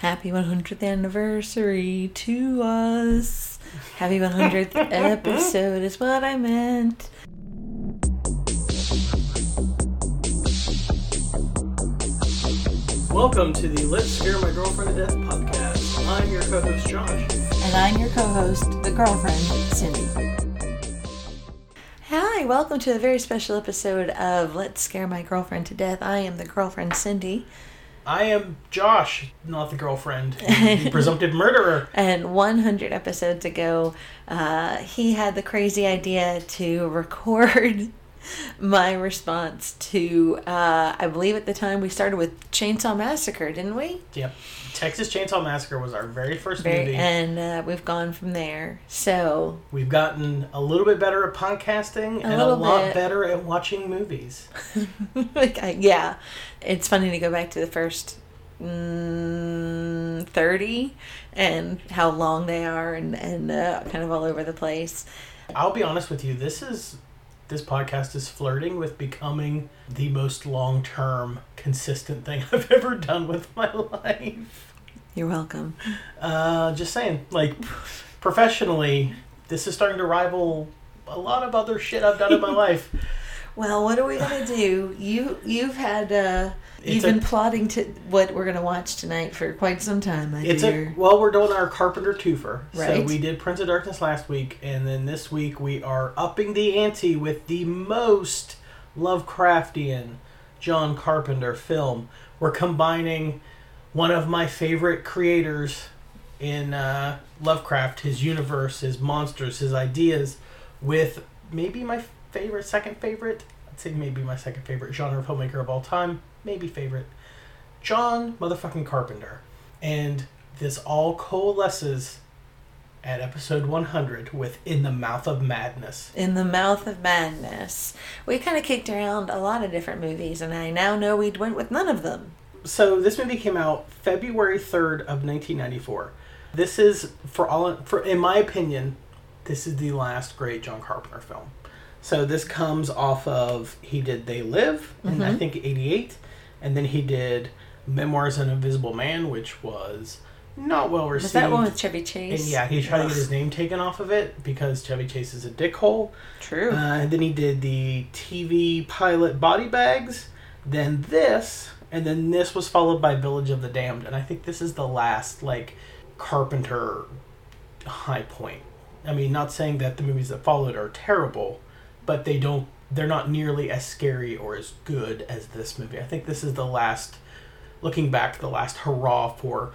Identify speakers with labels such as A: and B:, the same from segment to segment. A: Happy 100th anniversary to us. Happy 100th episode is what I meant.
B: Welcome to the Let's Scare My Girlfriend to Death podcast. I'm your co host, Josh.
A: And I'm your co host, the girlfriend, Cindy. Hi, welcome to a very special episode of Let's Scare My Girlfriend to Death. I am the girlfriend, Cindy.
B: I am Josh, not the girlfriend, the presumptive murderer.
A: And 100 episodes ago, uh, he had the crazy idea to record my response to, uh, I believe at the time we started with Chainsaw Massacre, didn't we?
B: Yep. Texas Chainsaw Massacre was our very first
A: Very,
B: movie.
A: and uh, we've gone from there. So,
B: We've gotten a little bit better at podcasting and a
A: little
B: lot
A: bit.
B: better at watching movies.
A: like, I- yeah, it's funny to go back to the first mm, 30 and how long they are and, and uh, kind of all over the place.
B: I'll be honest with you, this is this podcast is flirting with becoming the most long term consistent thing I've ever done with my life.
A: You're welcome.
B: Uh, just saying, like professionally, this is starting to rival a lot of other shit I've done in my life.
A: Well, what are we gonna do? You you've had uh, you've
B: It's a-
A: been plotting to what we're gonna watch tonight for quite some time. I
B: It's a
A: hear.
B: well, we're doing our Carpenter twofer. So
A: Right.
B: we did Prince of Darkness last week, and then this week we are upping the ante with the most Lovecraftian John Carpenter film. We're combining one of my favorite creators in uh, Lovecraft, his universe, his monsters, his ideas, with maybe my favorite, second favorite. I'd say maybe my second favorite genre filmmaker of all time, maybe favorite, John motherfucking Carpenter. And this all coalesces at episode 100 with In the Mouth of Madness.
A: in the mouth of madness. We kind of kicked around a lot of different movies, and I now know we went with none of them.
B: So this movie came out February 3rd of 1994. This is for all for in my opinion, this is the last great John Carpenter film. So this comes off of he did They Live in
A: Mm-hmm.
B: I think 88 and then he did Memoirs of an Invisible Man which was not well received.
A: Was that one with Chevy
B: and
A: Chase?
B: yeah, he tried to
A: Ugh.
B: get his name taken off of it because Chevy Chase is a dickhole.
A: True.
B: Uh, and then he did the TV pilot body bags, then this, and then this was followed by Village of the Damned. And I think this is the last, like, Carpenter high point. I mean, not saying that the movies that followed are terrible, but they don't, they're not nearly as scary or as good as this movie. I think this is the last, looking back, the last hurrah for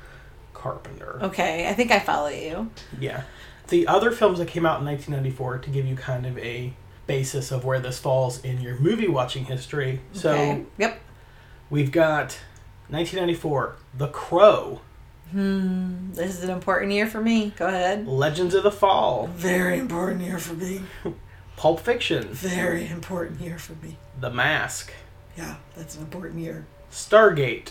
A: Oh,
B: Carpenter.
A: okay, I think I follow you.
B: Yeah. The other films that came out in 1994 to give you kind of a basis of where this falls in your movie watching history.
A: okay.
B: So
A: Yep.
B: we've got 1994, The Crow,
A: Hmm. This is an important year for me. Go ahead.
B: Legends of the Fall,
A: Very important year for me.
B: Pulp Fiction,
A: Very important year for me.
B: The Mask,
A: Yeah, that's an important year.
B: Stargate,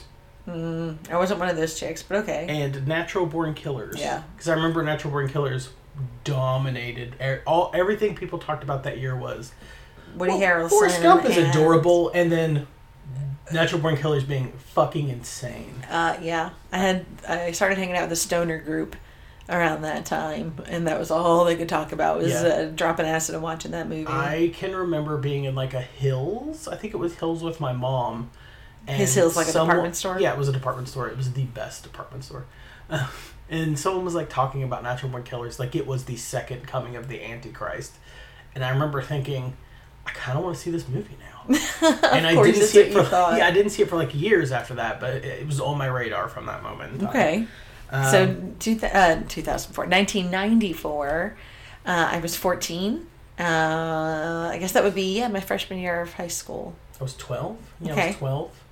A: Mm, I wasn't one of those chicks, but okay.
B: and Natural Born Killers.
A: Yeah.
B: Because I remember Natural Born Killers dominated e- all everything people talked about that year was
A: Woody
B: well,
A: Harrelson.
B: Forrest Gump is
A: and-
B: adorable, and then Natural Born Killers being fucking insane.
A: Uh, yeah, I had I started hanging out with a stoner group around that time, and that was all they could talk about was
B: Yeah.
A: uh, dropping acid and watching that movie.
B: I can remember being in like a Hills. I think it was Hills with my mom. And
A: His Hills, like a
B: someone-
A: department store?
B: Yeah, it was a department store. It was the best department store. and someone was like talking about natural born killers, like it was the second coming of the Antichrist. And I remember thinking, I kind of want to see this movie now. and I
A: course,
B: didn't
A: that's
B: see
A: what
B: it for
A: you thought.
B: yeah, I didn't see it for like years after that, but it, it was on my radar from that moment. in time.
A: okay,
B: Um,
A: so two th- uh, 2004, 1994, uh, I was 14. Uh, I guess that would be yeah, my freshman year of high school.
B: I was 12. Yeah, I
A: Okay.
B: was 12.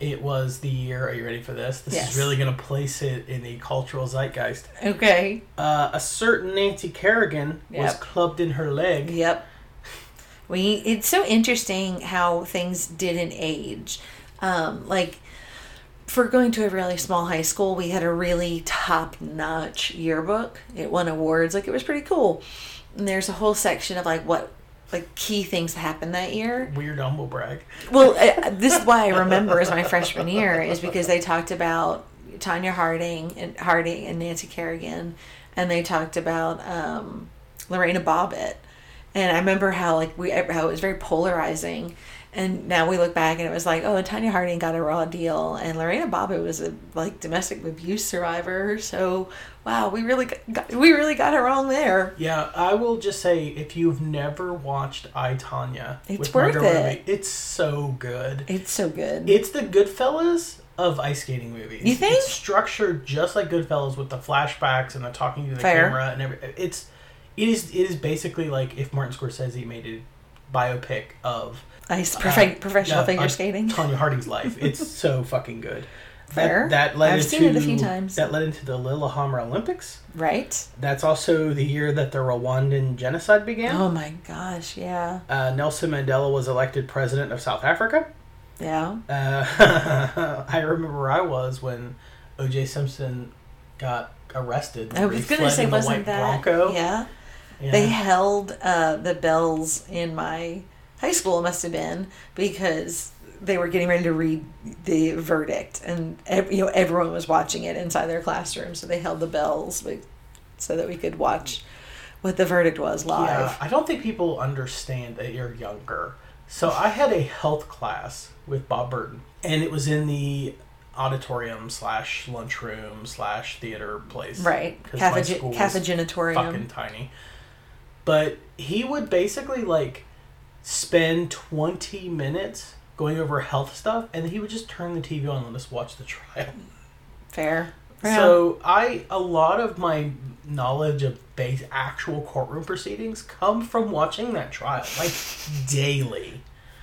B: It was the year. Are you ready for this? This
A: Yes.
B: is really going to place it in the cultural zeitgeist.
A: Okay,
B: Uh, a certain Nancy Kerrigan was
A: Yep.
B: clubbed in her leg.
A: Yep. We it's so interesting how things didn't age. Um, like for going to a really small high school, we had a really top notch yearbook. It won awards, like it was pretty cool. And there's a whole section of like what like key things that happened that year
B: Weird humble brag.
A: well, uh, this is why I remember as my freshman year is because they talked about Tanya Harding and Harding and Nancy Kerrigan, and they talked about um, Lorena Bobbitt, and I remember how like we how it was very polarizing, and now we look back and it was like oh Tanya Harding got a raw deal and Lorena Bobbitt was a like domestic abuse survivor, so wow we really got, we really got it wrong there.
B: Yeah, I will just say if you've never watched I Tanya,
A: It's
B: with
A: worth
B: Margot
A: it.
B: Robbie, it's so good.
A: It's so good.
B: It's the Goodfellas of ice skating movies.
A: You think?
B: It's structured just like Goodfellas with the flashbacks and the talking to the
A: Fair.
B: camera and every. It's it is it is basically like if Martin Scorsese made a biopic of
A: Ice perfect professional
B: uh,
A: figure
B: of
A: skating.
B: Tanya Harding's life. It's so fucking good. That-
A: Fair.
B: That, led
A: I've
B: into,
A: seen it a few times.
B: That led into the Lillehammer Olympics.
A: Right?
B: That's also the year that the Rwandan genocide began.
A: Oh my gosh, yeah.
B: Uh, Nelson Mandela was elected president of South Africa.
A: Yeah.
B: Uh, I remember where I was when O.J. Simpson got arrested.
A: I was
B: He
A: going to
B: fled
A: say,
B: in the
A: wasn't
B: white
A: that?
B: Bronco.
A: Yeah.
B: Yeah.
A: They held uh, the bells in my high school, it must have been, because they were getting ready to read the verdict. And, ev- you know, everyone was watching it inside their classroom. So they held the bells wi- so that we could watch what the verdict was
B: Yeah,
A: live.
B: I don't think people understand that you're younger. So I had a health class with Bob Burton, and it was in the auditorium slash lunchroom slash theater place.
A: Right.
B: 'Cause my school
A: Cathog-
B: was
A: cathaginatorium.
B: fucking tiny. But he would basically like spend 20 minutes going over health stuff and he would just turn the TV on and let us watch the trial.
A: Fair.
B: So I a lot of my knowledge of base actual courtroom proceedings come from watching that trial like daily.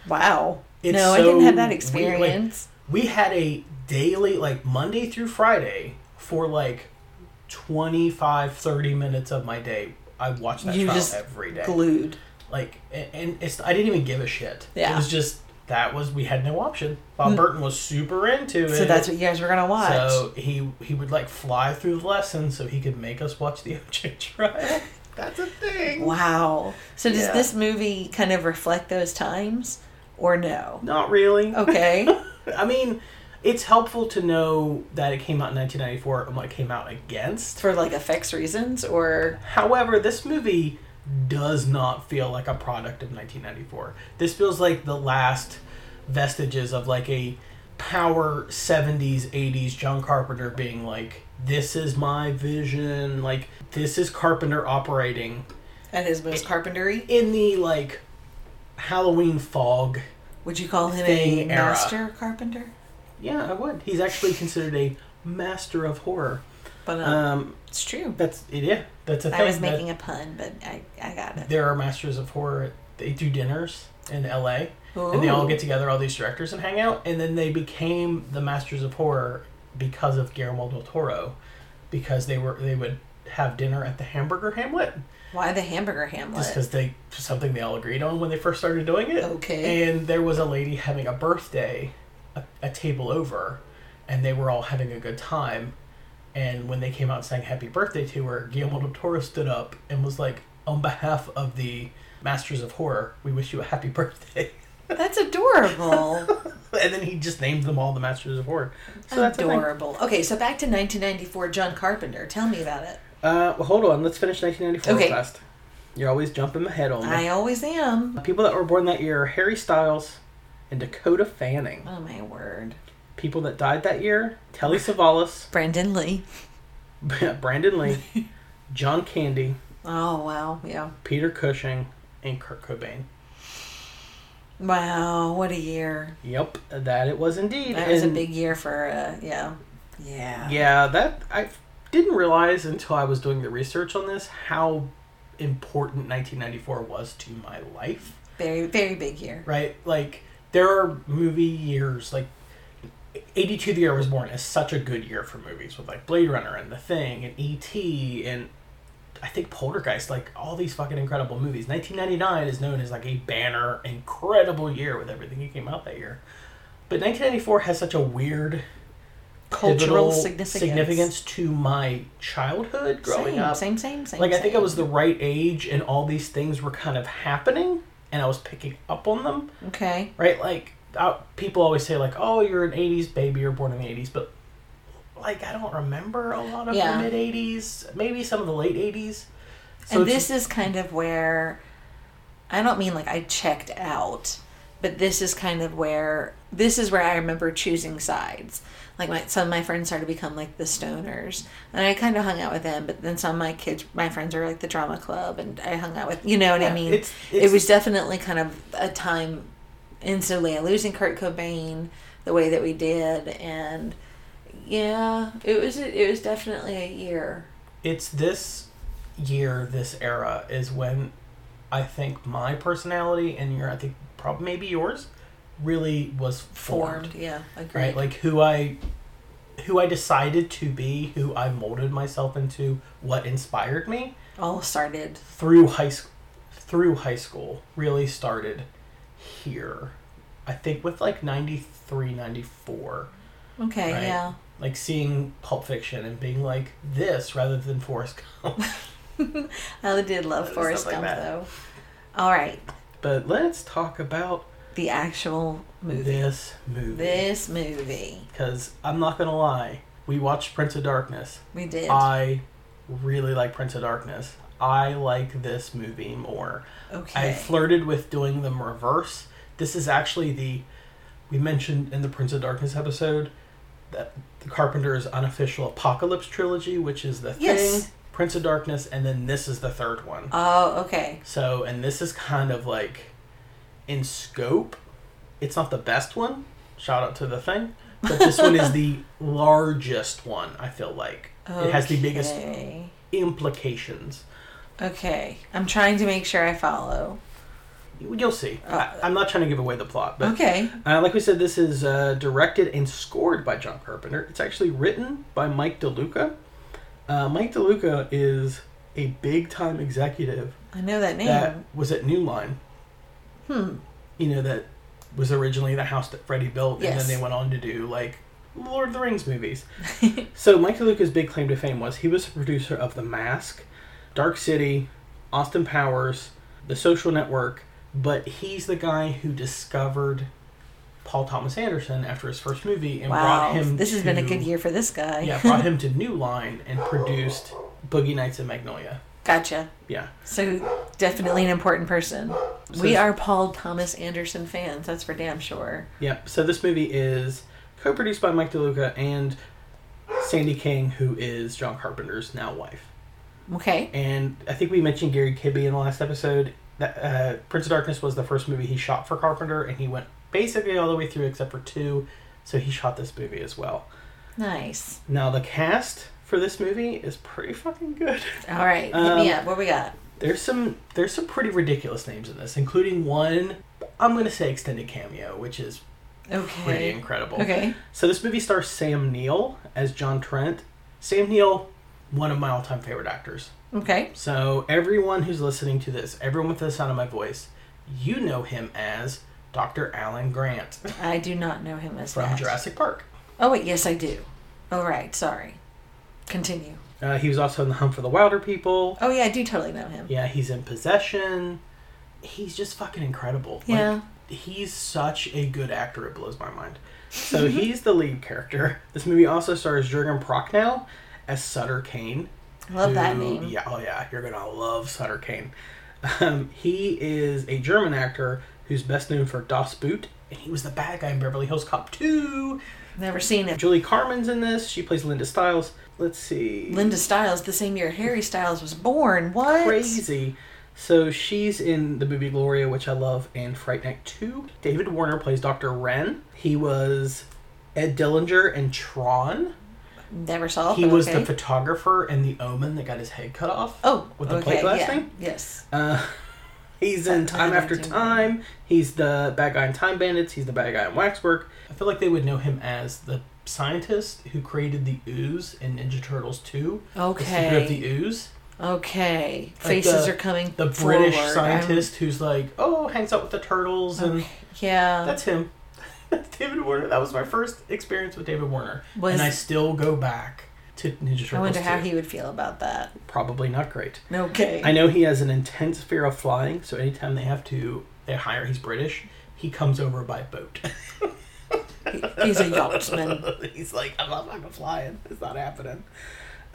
A: wow.
B: It's
A: no, I
B: so
A: didn't have that
B: weird, like,
A: experience.
B: we had a daily like monday through friday for like 25 30 minutes of my day i watched that
A: You
B: trial
A: just
B: every day
A: Glued.
B: like a- and it's i didn't even give a shit
A: Yeah. Mm.
B: it was just that was we had no option bob burton was super into it
A: So that's what you guys were gonna watch.
B: so he he would like fly through the lesson so he could make us watch the OJ trial. That's a thing.
A: wow. So does
B: Yeah.
A: this movie kind of reflect those times, or no?
B: Not
A: Oh,
B: really.
A: Okay.
B: I mean, it's helpful to know that it came out in 1994 and what it came out against.
A: For like effects reasons, or
B: However, this movie does not feel like a product of 1994. This feels like the last vestiges of like a power 70s 80s John Carpenter being like this is my vision, like this is Carpenter operating
A: at his most carpentery,
B: in the like Halloween fog.
A: would you call him a
B: Thing era.
A: master carpenter?
B: Yeah, I would. He's actually considered a master of horror.
A: But uh,
B: Um
A: it's true.
B: that's yeah, that's a thing.
A: I was
B: that-
A: making a pun, but I, I got it.
B: there are masters of horror. They do dinners in LA, and they all
A: Ooh.
B: get together, all these directors, and hang out. And then they became the masters of horror because of Guillermo del Toro, because they were they would have dinner at the Hamburger Hamlet,
A: Why the hamburger
B: just
A: Hamlet?
B: because they something they all agreed on when they first started doing it.
A: Okay.
B: And there was a lady having a birthday, a, a table over, and they were all having a good time. And when they came out and sang happy birthday to her, Guillermo del Toro stood up and was like, on behalf of the Masters of Horror, we wish you a happy birthday.
A: That's adorable.
B: and then he just named them all the Masters of Horror. So that's a thing.
A: adorable. Okay, so back to 1994, John Carpenter. Tell me about it.
B: Uh, well, hold on. Let's finish 1994
A: Okay.
B: fast. You're always jumping ahead on me.
A: I always am.
B: People that were born that year are Harry Styles and Dakota Fanning.
A: Oh my word.
B: People that died that year, Telly Savalas,
A: Brandon Lee.
B: Brandon Lee, John Candy,
A: Oh wow, yeah.
B: Peter Cushing, and Kurt Cobain.
A: Wow, what a year.
B: Yep, that it was indeed.
A: That was a
B: And,
A: big year for uh yeah. Yeah.
B: Yeah, that I didn't realize until I was doing the research on this how important 1994 was to my life.
A: Very very big year.
B: Right, like there are movie years like. 82 the year I was born is such a good year for movies with like Blade Runner and The Thing and E.T. and I think Poltergeist, like all these fucking incredible movies. 1999 is known as like a banner, incredible year with everything that came out that year. But 1994 has such a weird
A: Cultural
B: pivotal
A: significance.
B: significance to my childhood growing
A: same,
B: up.
A: same, same, same.
B: like I think I
A: same.
B: was the right age, and all these things were kind of happening, and I was picking up on them.
A: Okay.
B: Right, like uh, people always say, like, "Oh, you're an '80s baby, you're born in the '80s," but like I don't remember a lot of
A: Yeah.
B: the mid '80s, maybe some of the late '80s. So
A: and
B: it's-
A: this is kind of where I don't mean like I checked out, but this is kind of where this is where I remember choosing sides. Like my some of my friends started to become like the stoners, and I kind of hung out with them. But then some of my kids, my friends are like the drama club, and I hung out with you know what
B: Yeah,
A: I mean.
B: it's- it's-
A: it was definitely kind of a time in Soleil losing Kurt Cobain the way that we did, and yeah, it was it was definitely a year.
B: it's this year, this era is when I think my personality and your, I think probably maybe yours, really was formed.
A: Formed, yeah, agreed.
B: Right, like who I, who I decided to be, who I molded myself into, what inspired me
A: all started.
B: through high school. Through high school, really started here. I think with like 93, 94.
A: Okay,
B: Right.
A: yeah.
B: Like seeing Pulp Fiction and being like this rather than Forrest Gump.
A: I did love
B: Stuff
A: Forrest
B: like
A: Gump
B: that.
A: though. All right,
B: But let's talk about
A: the actual movie.
B: this movie.
A: This movie
B: Because I'm not going to lie, we watched Prince of Darkness.
A: we did.
B: I really like Prince of Darkness. I like this movie more. I
A: okay.
B: flirted with doing them reverse. This is actually the. We mentioned in the Prince of Darkness episode that the Carpenter's unofficial Apocalypse trilogy, which is the
A: Yes.
B: thing, Prince of Darkness, and then this is the third one.
A: oh, okay.
B: So, and this is kind of like in scope. It's not the best one. Shout out to the thing. But this one is the largest one, I feel like. It has the biggest
A: Okay.
B: implications.
A: Okay, I'm trying to make sure I follow.
B: You- You'll see.
A: Uh,
B: I, I'm not trying to give away the plot, but
A: Okay.
B: uh, like we said, this is uh, directed and scored by John Carpenter. It's actually written by Mike DeLuca. Uh, Mike DeLuca is a big time executive
A: I know that name.
B: that was at New Line. Hmm. You know that was originally the house that Freddy built, and
A: Yes.
B: then they went on to do like Lord of the Rings movies. so Mike DeLuca's big claim to fame was he was a producer of The Mask, Dark City, Austin Powers, The Social Network, but he's the guy who discovered Paul Thomas Anderson after his first movie and
A: wow.
B: brought him.
A: This has been a
B: to-
A: good year for this guy.
B: Yeah, brought him to New Line and produced Boogie Nights and Magnolia.
A: Gotcha.
B: Yeah.
A: So definitely an important person.
B: So-
A: we are Paul Thomas Anderson fans. That's for damn sure.
B: Yep. So this movie is co-produced by Mike DeLuca and Sandy King, who is John Carpenter's now wife.
A: Okay.
B: And I think we mentioned Gary Kibbe in the last episode. That uh, Prince of Darkness was the first movie he shot for Carpenter, and he went basically all the way through except for two. So he shot this movie as well.
A: Nice.
B: Now the cast for this movie is pretty fucking good.
A: All right. Hit me
B: Um,
A: up. What we got?
B: There's some there's some pretty ridiculous names in this, including one I'm gonna say extended cameo, which is
A: Okay.
B: pretty incredible.
A: Okay.
B: So this movie stars Sam Neill as John Trent. Sam Neill, one of my all-time favorite actors.
A: Okay.
B: So everyone who's listening to this, everyone with the sound of my voice, you know him as Dr. Alan Grant
A: I do not know him as
B: from
A: that.
B: Jurassic Park.
A: Oh wait, yes I do. All right, sorry. Continue.
B: Uh, he was also in The Hunt for the Wilder People.
A: Oh yeah, I do totally know him.
B: Yeah, he's in Possession. He's just fucking incredible.
A: Yeah.
B: Like, he's such a good actor, it blows my mind. So he's the lead character. This movie also stars Jurgen Prochnow as Sutter Kane.
A: Love that
B: who-
A: name.
B: Yeah, oh yeah, you're gonna love Sutter Kane. Um, he is a German actor who's best known for Das Boot, and he was the bad guy in Beverly Hills Cop 2.
A: Never seen him.
B: Julie Carmen's in this. She plays Linda Stiles. Let's see.
A: Linda Stiles, the same year Harry Styles was born. What?
B: Crazy. So she's in the movie Gloria, which I love, and Fright Night 2. David Warner plays Dr. Wren. He was Ed Dillinger in Tron.
A: Never saw.
B: He
A: but
B: was
A: Oh, okay.
B: the photographer in The Omen that got his head cut off.
A: Oh,
B: with the
A: okay,
B: plate glass
A: yeah.
B: thing?
A: Yes.
B: Uh, he's in
A: That-
B: Time
A: that
B: After
A: I do
B: Time. He's the bad guy in Time Bandits. He's the bad guy in Waxwork. I feel like they would know him as the scientist who created the ooze in Ninja Turtles 2. The secret of
A: Okay.
B: the ooze.
A: Okay. Faces
B: the-
A: are coming.
B: The British
A: forward. I'm-
B: scientist who's like, oh, hangs out with the turtles. And
A: yeah.
B: that's him. That's David Warner. That was my first experience with David Warner.
A: Was-
B: and I still go back to Ninja Turtles
A: I wonder how
B: 2.
A: he would feel about that.
B: Probably not great.
A: Okay.
B: I know he has an intense fear of flying, so anytime they have to they hire he's British, he comes over by boat.
A: He- He's a yachtsman.
B: He's like, I'm not fucking flying. It's not happening.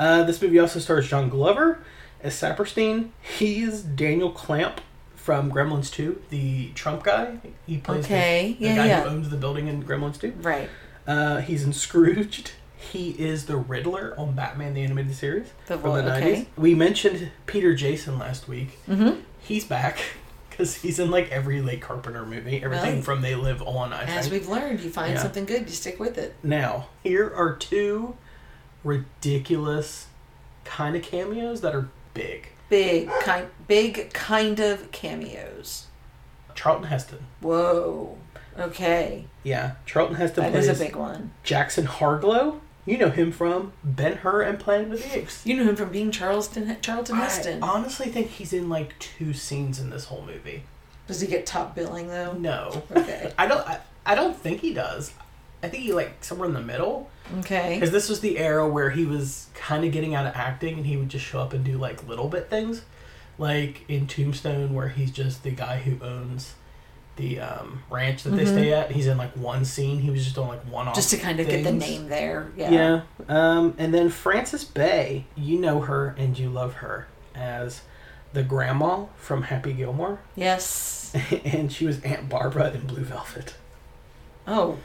B: Uh, this movie also stars John Glover as Saperstein. He is Daniel Clamp from Gremlins 2, the Trump guy. He plays the-
A: Okay,
B: the,
A: yeah,
B: guy
A: yeah.
B: who owns the building in Gremlins 2.
A: Right.
B: Uh, he's in Scrooged. He is the Riddler on Batman the Animated Series
A: The
B: from
A: Riddler,
B: the 90s.
A: okay.
B: We mentioned Peter Jason last week.
A: Mm-hmm.
B: He's back because he's in like every Lake Carpenter movie. Everything
A: Really?
B: from They Live On, I
A: As
B: think.
A: we've learned, you find
B: Yeah.
A: something good, you stick with it.
B: Now, here are two ridiculous kind of cameos that are big.
A: Big kind, big kind of cameos.
B: Charlton Heston.
A: Whoa. Okay,
B: Yeah, Charlton Heston
A: that is
B: plays
A: a big one.
B: Jackson Harglow. You know him from Ben Hur and Planet of the Apes.
A: You know him from being Charleston, Charlton Heston.
B: I honestly think he's in like two scenes in this whole movie.
A: Does he get top billing though?
B: No,
A: Okay.
B: I don't. I, I don't think he does. I think he like somewhere in the middle
A: Okay.
B: because this was the era where he was kind of getting out of acting and he would just show up and do like little bit things, like in Tombstone where he's just the guy who owns the um, ranch that they
A: Mhm.
B: stay at. He's in like one scene. He was just on like one off.
A: Just to kind of get the
B: things.
A: name there. Yeah.
B: Yeah. Um, and then Frances Bay, you know her and you love her as the grandma from Happy Gilmore,
A: Yes.
B: and she was Aunt Barbara in Blue Velvet.
A: Oh,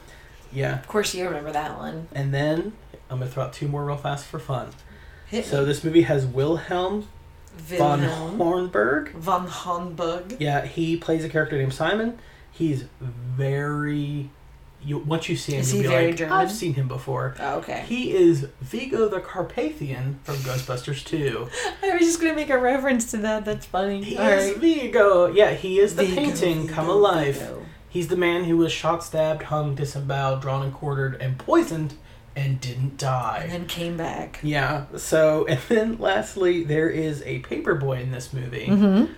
B: Yeah.
A: of course you remember that one.
B: And then I'm gonna throw out two more real fast for fun.
A: Hit
B: So this movie has Wilhelm
A: me.
B: von
A: Wilhelm
B: Hornberg.
A: von Homburg.
B: Yeah, he plays a character named Simon. He's very. You, once you see him,
A: Is
B: you'll
A: he
B: be
A: very
B: like,
A: German?
B: I've seen him before.
A: Oh, okay.
B: He is Vigo the Carpathian from Ghostbusters 2.
A: I was just gonna make a reference to that. That's funny.
B: He
A: All
B: is
A: right.
B: Vigo. Yeah, he is the
A: Vigo,
B: painting
A: Vigo,
B: come alive.
A: Vigo.
B: He's the man who was shot, stabbed, hung, disemboweled, drawn and quartered, and poisoned, and didn't die.
A: And then came back.
B: Yeah. So, and then lastly, there is a paper boy in this movie.
A: Mm-hmm.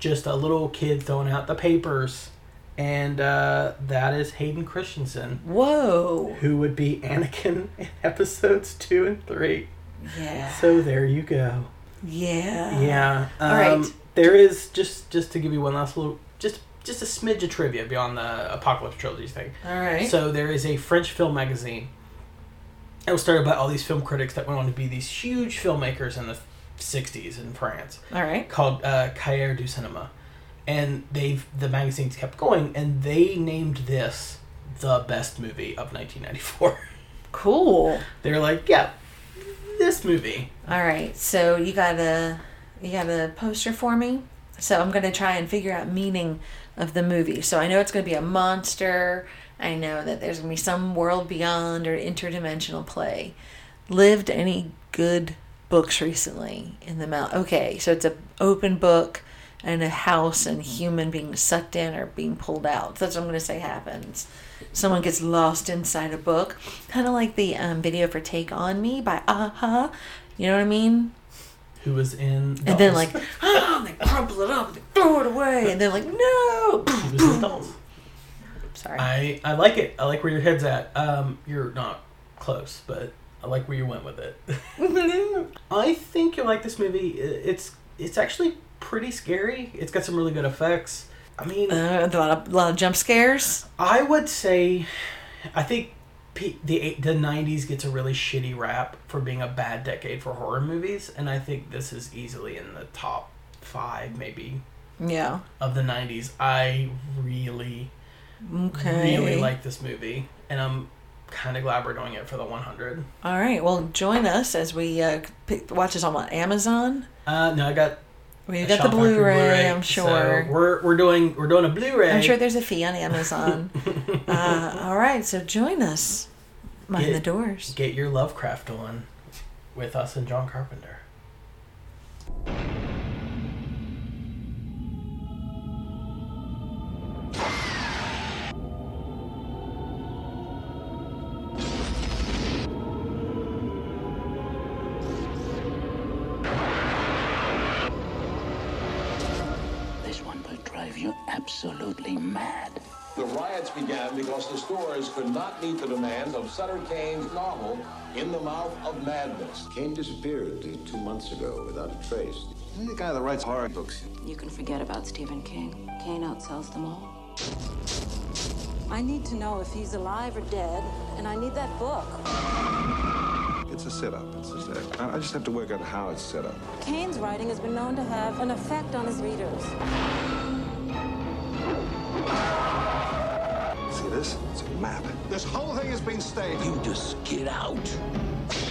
B: Just a little kid throwing out the papers. And uh, that is Hayden Christensen,
A: Whoa.
B: who would be Anakin in episodes two and three.
A: Yeah.
B: So there you go.
A: yeah.
B: Yeah. Um,
A: All right.
B: There is just just to give you one last little just just a smidge of trivia beyond the apocalypse trilogy thing.
A: All right.
B: So there is a French film magazine. It was started by all these film critics that went on to be these huge filmmakers in the 60s in France
A: All right.
B: called uh, Cahiers du Cinema. And they've the magazines kept going, and they named this the best movie of 1994.
A: Cool.
B: They're like, yeah, this movie.
A: All right. So you got a you got a poster for me. So I'm gonna try and figure out meaning of the movie. So I know it's gonna be a monster. I know that there's gonna be some world beyond or interdimensional play. Lived any good books recently in the mouth? Okay, so it's a open book and a house and human being sucked in or being pulled out. That's what I'm gonna say happens. Someone gets lost inside a book, kind of like the um, video for "Take on Me" by uh-huh, Aha. You know what I mean?
B: Who was in?
A: And then like, oh, and they crumple it up, they throw it away, and they're like, no.
B: Who was in Dolls?
A: Sorry.
B: I I like it. I like where your head's at. Um, you're not close, but I like where you went with it. I think you'll like this movie. I- It's it's actually pretty scary. It's got some really good effects. I mean,
A: Uh, a lot of lot of jump scares.
B: I would say, I think P- the eight- the '90s gets a really shitty rap for being a bad decade for horror movies, and I think this is easily in the top five, maybe
A: Yeah.
B: of the '90s. I really
A: Okay.
B: really like this movie, and I'm kind of glad we're doing it for the 100.
A: All right. Well, join us as we uh, pick, watch this on Amazon.
B: Uh, no, I got.
A: We've got
B: a
A: the
B: Shout Factory
A: Blu-ray, I'm
B: so
A: sure.
B: we're we're doing we're doing a Blu-ray.
A: I'm sure there's a fee on Amazon. uh, all right. So join us. Mind
B: Get-
A: the doors.
B: Get your Lovecraft on with us and John Carpenter.
C: This one will drive you absolutely mad.
D: The riots began because the stores could not meet the demands of Sutter Kane's novel, In the Mouth of Madness.
E: Kane disappeared uh, two months ago without a trace.
F: You're the guy that writes horror books.
G: You can forget about Stephen King. Kane outsells them all.
F: I need to know if he's alive or dead, and I need that book.
G: It's a setup. It's a setup. I I just have to work out how it's set up.
F: Kane's writing has been known to have an effect on his readers.
G: See this? It's a map.
H: This whole thing is being staged.
C: You just get out.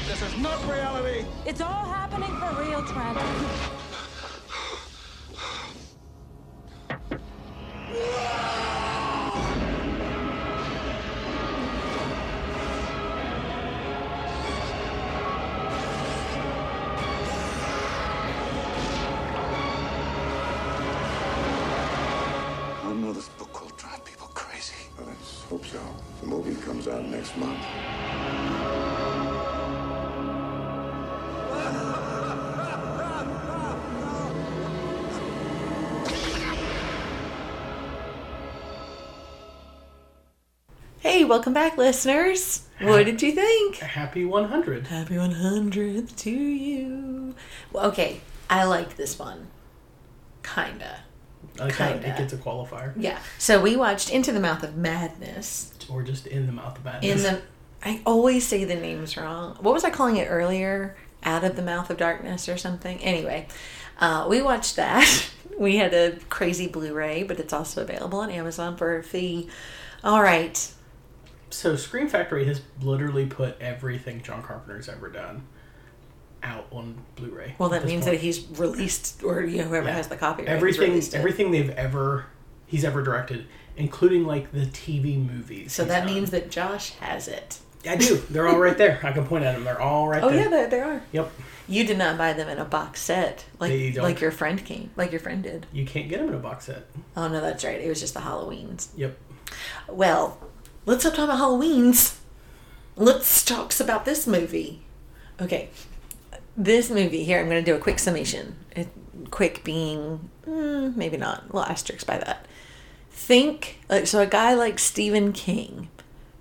H: This is not reality.
F: It's all happening for real, Trent.
G: I don't know this book will drive people crazy.
E: Well, let's hope so. The movie comes out next month.
A: Hey, welcome back, listeners. What did you think?
B: Happy 100.
A: Happy 100th to you. Well, okay, I liked this one. Kinda.
B: I like how
A: Kinda.
B: it gets a qualifier.
A: Yeah. So we watched Into the Mouth of Madness.
B: Or just in the mouth of
A: In
B: madness.
A: the. I always say the names wrong. What was I calling it earlier? Out of the Mouth of Darkness or something? Anyway, uh, we watched that. We had a crazy Blu ray, but it's also available on Amazon for a fee. All right.
B: so Scream Factory has literally put everything John Carpenter's ever done out on Blu-ray.
A: Well,
B: at
A: that
B: this
A: means
B: point.
A: that he's released, or you know, whoever has the copyright. has
B: Everything,
A: released it.
B: everything they've ever he's ever directed, including like the TV movies.
A: So
B: he's
A: that
B: done.
A: means that Josh has it.
B: I do. They're all right there. I can point at them. They're all right
A: Oh
B: there.
A: yeah, there, there are.
B: Yep.
A: You did not buy them in a box set,
B: They
A: like
B: don't.
A: like your friend came, like your friend did.
B: You can't get them in a box set.
A: Oh no, that's right. It was just the Halloweens.
B: Yep.
A: Well, let's stop talking about Halloweens. Let's talk about this movie. Okay, this movie here. I'm going to do a quick summation. It, quick being mm, maybe not. A little asterisk by that. Think like so. A guy like Stephen King.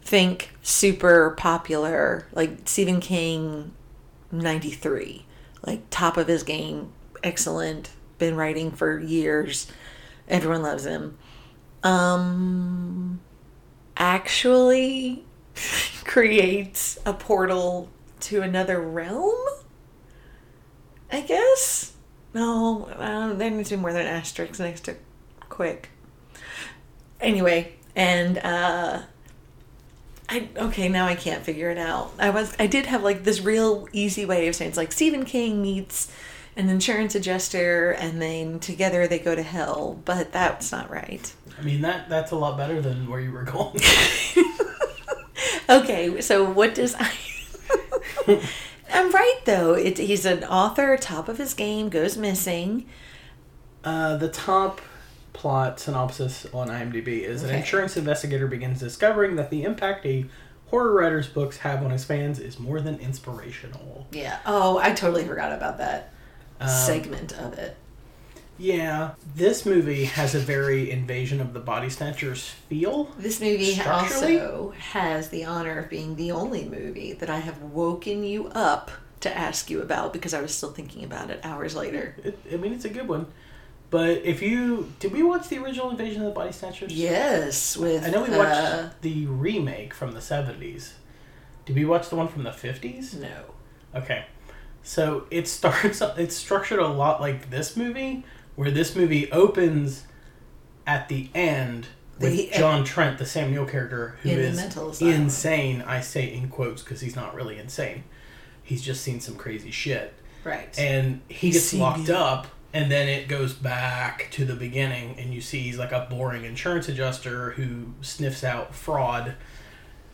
A: Think super popular, like Stephen King 93 like top of his game excellent been writing for years everyone loves him um actually creates a portal to another realm i guess no uh, there needs to be more than an asterisk next to quick anyway and uh I okay now I can't figure it out. I was I did have like this real easy way of saying it's like Stephen King meets an insurance adjuster and then together they go to hell, but that's not right.
B: I mean that that's a lot better than where you were going.
A: Okay, so what does I? I'm right though. It, he's an author, top of his game, goes missing.
B: Uh, the top plot synopsis on IMDb is an
A: Okay.
B: insurance investigator begins discovering that the impact a horror writer's books have on his fans is more than inspirational.
A: Yeah. Oh, I totally forgot about that
B: Um,
A: segment of it.
B: Yeah, this movie has a very Invasion of the Body Snatchers feel.
A: This movie
B: Structurally?
A: also has the honor of being the only movie that I have woken you up to ask you about because I was still thinking about it hours later.
B: It, I mean, it's a good one. But if you did, we watch the original Invasion of the Body Snatchers.
A: Yes, with
B: I know we watched
A: uh,
B: the remake from the seventies. Did we watch the one from the fifties?
A: no.
B: Okay. So it starts it's structured a lot like this movie, where this movie opens at the end with
A: The- e-, eh,
B: John Trent, the Sam Neill character, who
A: In the
B: is
A: mental asylum.
B: insane. I say in quotes because he's not really insane. He's just seen some crazy shit.
A: Right.
B: And he gets
A: see
B: locked
A: me.
B: up and then it goes back to the beginning and you see he's like a boring insurance adjuster who sniffs out fraud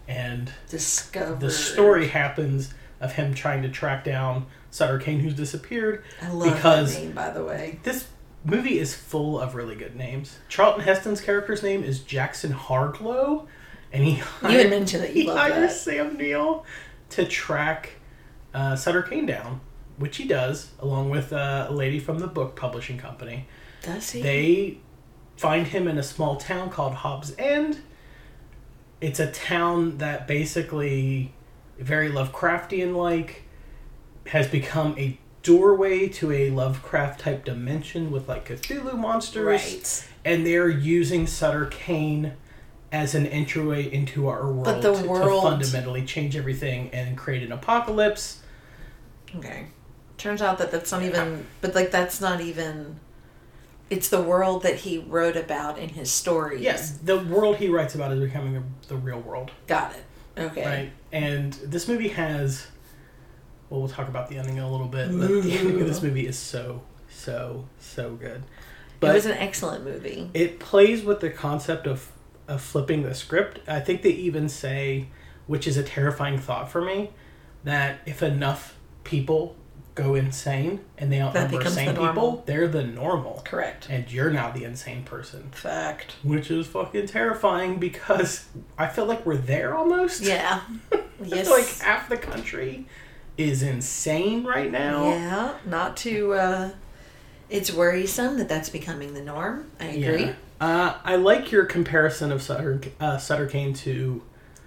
B: and
A: Discover
B: the story happens of him trying to track down Sutter Kane, who's disappeared.
A: I love
B: because
A: that name, by the way.
B: this movie is full of really good names. Charlton Heston's character's name is Jackson Harglow, and he hired,
A: mentioned that you
B: he
A: love
B: hires
A: that.
B: Sam Neill to track uh, Sutter Kane down, which he does, along with uh, a lady from the book publishing company.
A: Does he?
B: They find him in a small town called Hobbs End. It's a town that basically, very Lovecraftian like, has become a doorway to a Lovecraft type dimension with like Cthulhu monsters.
A: Right.
B: And they're using Sutter Kane as an entryway into our world,
A: But the
B: to-
A: world-
B: to fundamentally change everything and create an apocalypse.
A: Okay. Turns out that that's not even, but like that's not even. It's the world that he wrote about in his stories.
B: Yes, the world he writes about is becoming the, the real world,
A: Got it. Okay.
B: right? And this movie has. Well, we'll talk about the ending in a little bit, but the
A: Mm-hmm.
B: ending of this movie is so, so, so good.
A: it was an excellent movie.
B: it plays with the concept of of flipping the script. I think they even say, which is a terrifying thought for me, that if enough people go insane and they outnumber
A: becomes
B: sane
A: the normal.
B: people, they're the normal.
A: Correct.
B: And you're now the insane person.
A: Fact.
B: Which is fucking terrifying because I feel like we're there almost.
A: Yeah.
B: It's
A: yes.
B: like half the country is insane right now.
A: yeah. Not to. uh It's worrisome that that's becoming the norm. I agree.
B: Yeah. Uh, I like your comparison of Sutter, uh, Sutter Kane to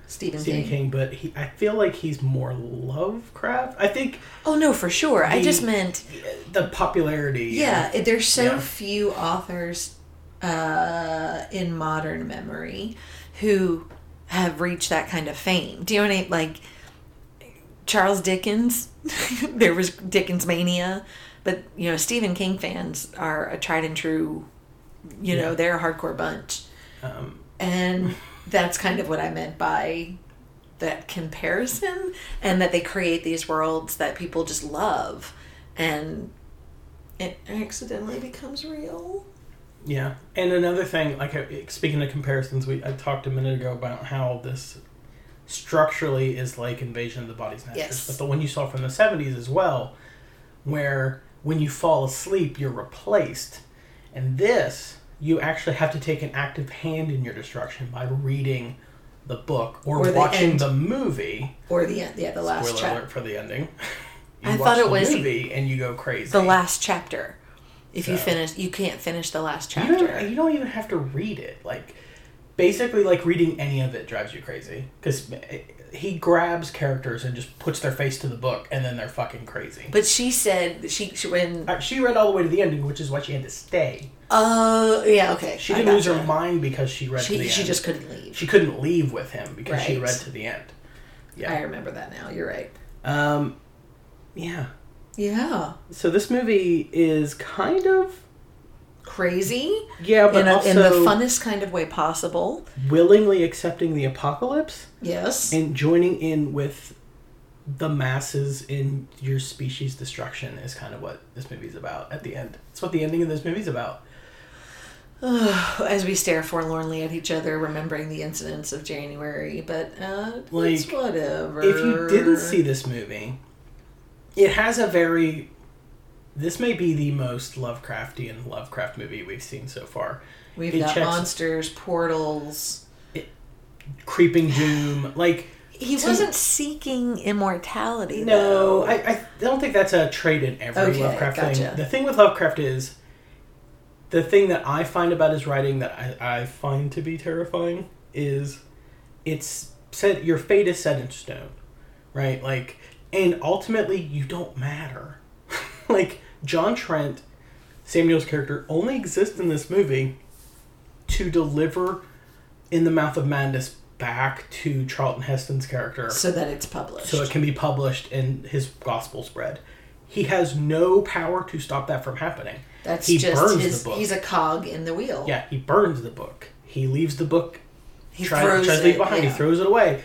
A: Stephen,
B: Stephen
A: King.
B: King. but he, I feel like he's more Lovecraft. I think
A: Oh no, for sure. I
B: The-
A: just meant.
B: the popularity.
A: Yeah. There's so
B: Yeah.
A: few authors uh in modern memory who have reached that kind of fame. Do you know what I mean? Like Charles Dickens. there was Dickens mania, but you know Stephen King fans are a tried and true. You know
B: Yeah.
A: they're a hardcore bunch.
B: Um,
A: And that's kind of what I meant by that comparison and that they create these worlds that people just love and it accidentally becomes real.
B: yeah. And another thing, like uh, speaking of comparisons, we I talked a minute ago about how this structurally is like Invasion of the Body Snatchers,
A: Yes.
B: but the one you saw from the seventies as well, where when you fall asleep, you're replaced, and this you actually have to take an active hand in your destruction by reading the book or,
A: Or the
B: watching
A: end.
B: the movie.
A: Or the yeah, the last
B: Spoiler
A: chapter.
B: alert for the ending.
A: I thought it was-
B: the movie and you go crazy.
A: The last chapter. If you
B: So-
A: finish you can't finish the last
B: You
A: chapter.
B: don't, you don't even have to read it. Like basically, like reading any of it drives you crazy because he grabs characters and just puts their face to the book, and then they're fucking crazy.
A: But she said she, she when
B: Uh, she read all the way to the ending, which is why she had to stay.
A: oh yeah okay
B: She
A: I
B: didn't lose her
A: gotcha.
B: mind because she read to
A: She
B: the
A: she
B: end.
A: just couldn't leave.
B: she couldn't leave with him because she
A: Right.
B: read to the end.
A: I remember that now. You're right.
B: Um, yeah.
A: Yeah,
B: So this movie is kind of
A: crazy.
B: yeah, but
A: in, a,
B: also
A: in the funnest kind of way possible.
B: willingly accepting the apocalypse
A: Yes.
B: and joining in with the masses in your species destruction is kind of what this movie's about at the end. It's what the ending of this movie's about.
A: As we stare forlornly at each other, remembering the incidents of January, but uh,
B: Like,
A: it's whatever.
B: If you didn't see this movie, it has a very this may be the most Lovecraftian Lovecraft movie we've seen so far.
A: we've
B: it
A: got
B: checks-
A: monsters, portals.
B: Creeping Doom, like
A: He
B: To-
A: wasn't seeking immortality.
B: No,
A: though.
B: I, I don't think that's a trait in every
A: Okay,
B: Lovecraft
A: gotcha.
B: thing. The thing with Lovecraft is the thing that I find about his writing that I, I find to be terrifying is it's set your fate is set in stone. Right? Like and ultimately you don't matter. like John Trent, Samuel's character, only exists in this movie to deliver in the mouth of madness back to Charlton Heston's character
A: so that it's published.
B: so it can be published and his gospel spread. He has no power to stop that from happening.
A: That's
B: he
A: just
B: burns
A: his.
B: the book.
A: He's a cog in the wheel.
B: yeah, he burns the book. He leaves the book.
A: he
B: tries,
A: throws
B: tries to
A: it.
B: leave it behind.
A: yeah.
B: He throws it away.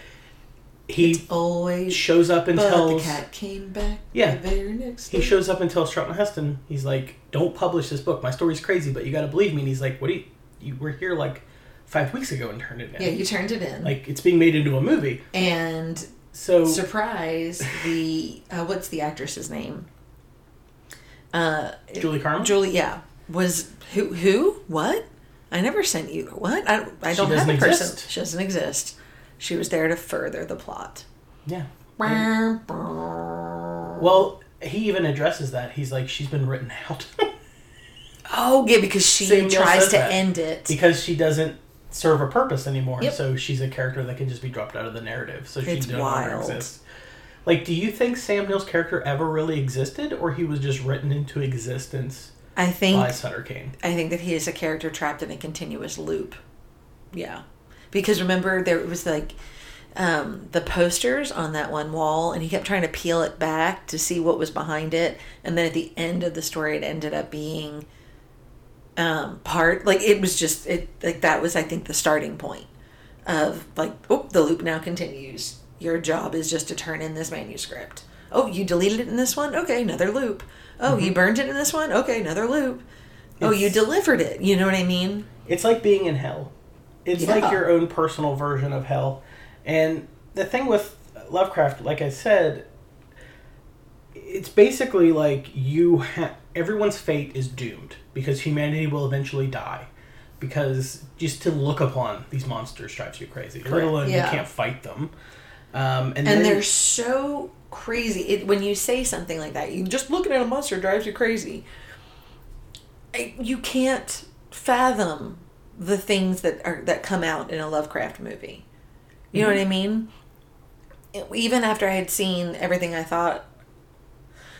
B: He
A: Always.
B: shows up and
A: but
B: tells.
A: the cat came back.
B: Yeah.
A: the very next.
B: He
A: day.
B: shows up and tells Charlton Heston. He's like, "Don't publish this book. My story's crazy, but you got to believe me." And he's like, "What? Do you, you were here like five weeks ago and turned it in.
A: Yeah, you turned it in,
B: like oh. it's being made into a movie."
A: and
B: So
A: surprise the uh, what's the actress's name
B: Julie Carmen.
A: julie yeah was who who what i never sent you what i, I
B: She
A: don't have a
B: doesn't
A: person
B: exist.
A: she doesn't exist she was there to further the plot
B: yeah.
A: oh
B: Well, he even addresses that. He's like, "She's been written out."
A: Oh, yeah because she
B: Samuel
A: tries
B: says
A: to
B: that.
A: end it
B: because she doesn't serve a purpose anymore.
A: Yep.
B: So she's a character that can just be dropped out of the narrative. So she
A: It's
B: no longer
A: wild.
B: exists. Like, do you think Sam Neill's character ever really existed, or he was just written into existence
A: i think
B: by Sutter Kane?
A: i think that he is a character trapped in a continuous loop yeah because remember there was like um, the posters on that one wall, and he kept trying to peel it back to see what was behind it, and then at the end of the story, it ended up being um, part like it was just it like that was I think the starting point of like oh the loop now continues. Your job is just to turn in this manuscript. Oh, you deleted it in this one. Okay, another loop. Oh, you burned it in this one. Okay, another loop. oh, you
B: It's-
A: delivered it. You know what I mean?
B: It's like being in hell. It's
A: Yeah.
B: like your own personal version of hell. And the thing with Lovecraft, like I said, it's basically like you ha- everyone's fate is doomed because humanity will eventually die because just to look upon these monsters drives you crazy. Let alone
A: Yeah.
B: you can't fight them. Um, and
A: And
B: then,
A: they're so crazy. It, when you say something like that, you just looking at a monster drives you crazy. I, you can't fathom the things that are that come out in a Lovecraft movie. You know what I
B: Mm-hmm.
A: mean? It- even after I had seen everything, I thought,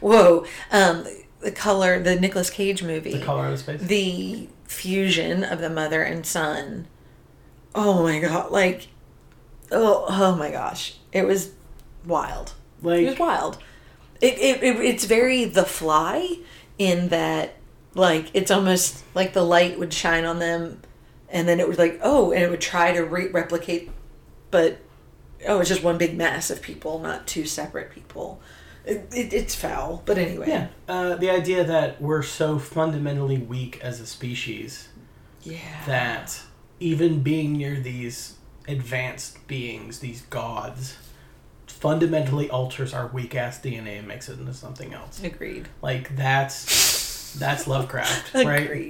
A: "Whoa!" Um, the color, the Nicolas Cage movie,
B: the color of the space.
A: the fusion of the mother and son. Oh my god! Like, oh, oh my gosh! It was wild. It was
B: like
A: wild. It, it, it it's very The Fly in that, like, it's almost like the light would shine on them, and then it was like, oh, and it would try to re- replicate, but oh, it's just one big mass of people, not two separate people. It, it, it's foul, but anyway.
B: yeah, uh, the idea that we're so fundamentally weak as a species
A: Yeah.
B: that even being near these advanced beings, these gods, fundamentally alters our weak ass DNA and makes it into something else.
A: Agreed.
B: Like that's that's Lovecraft,
A: Agreed.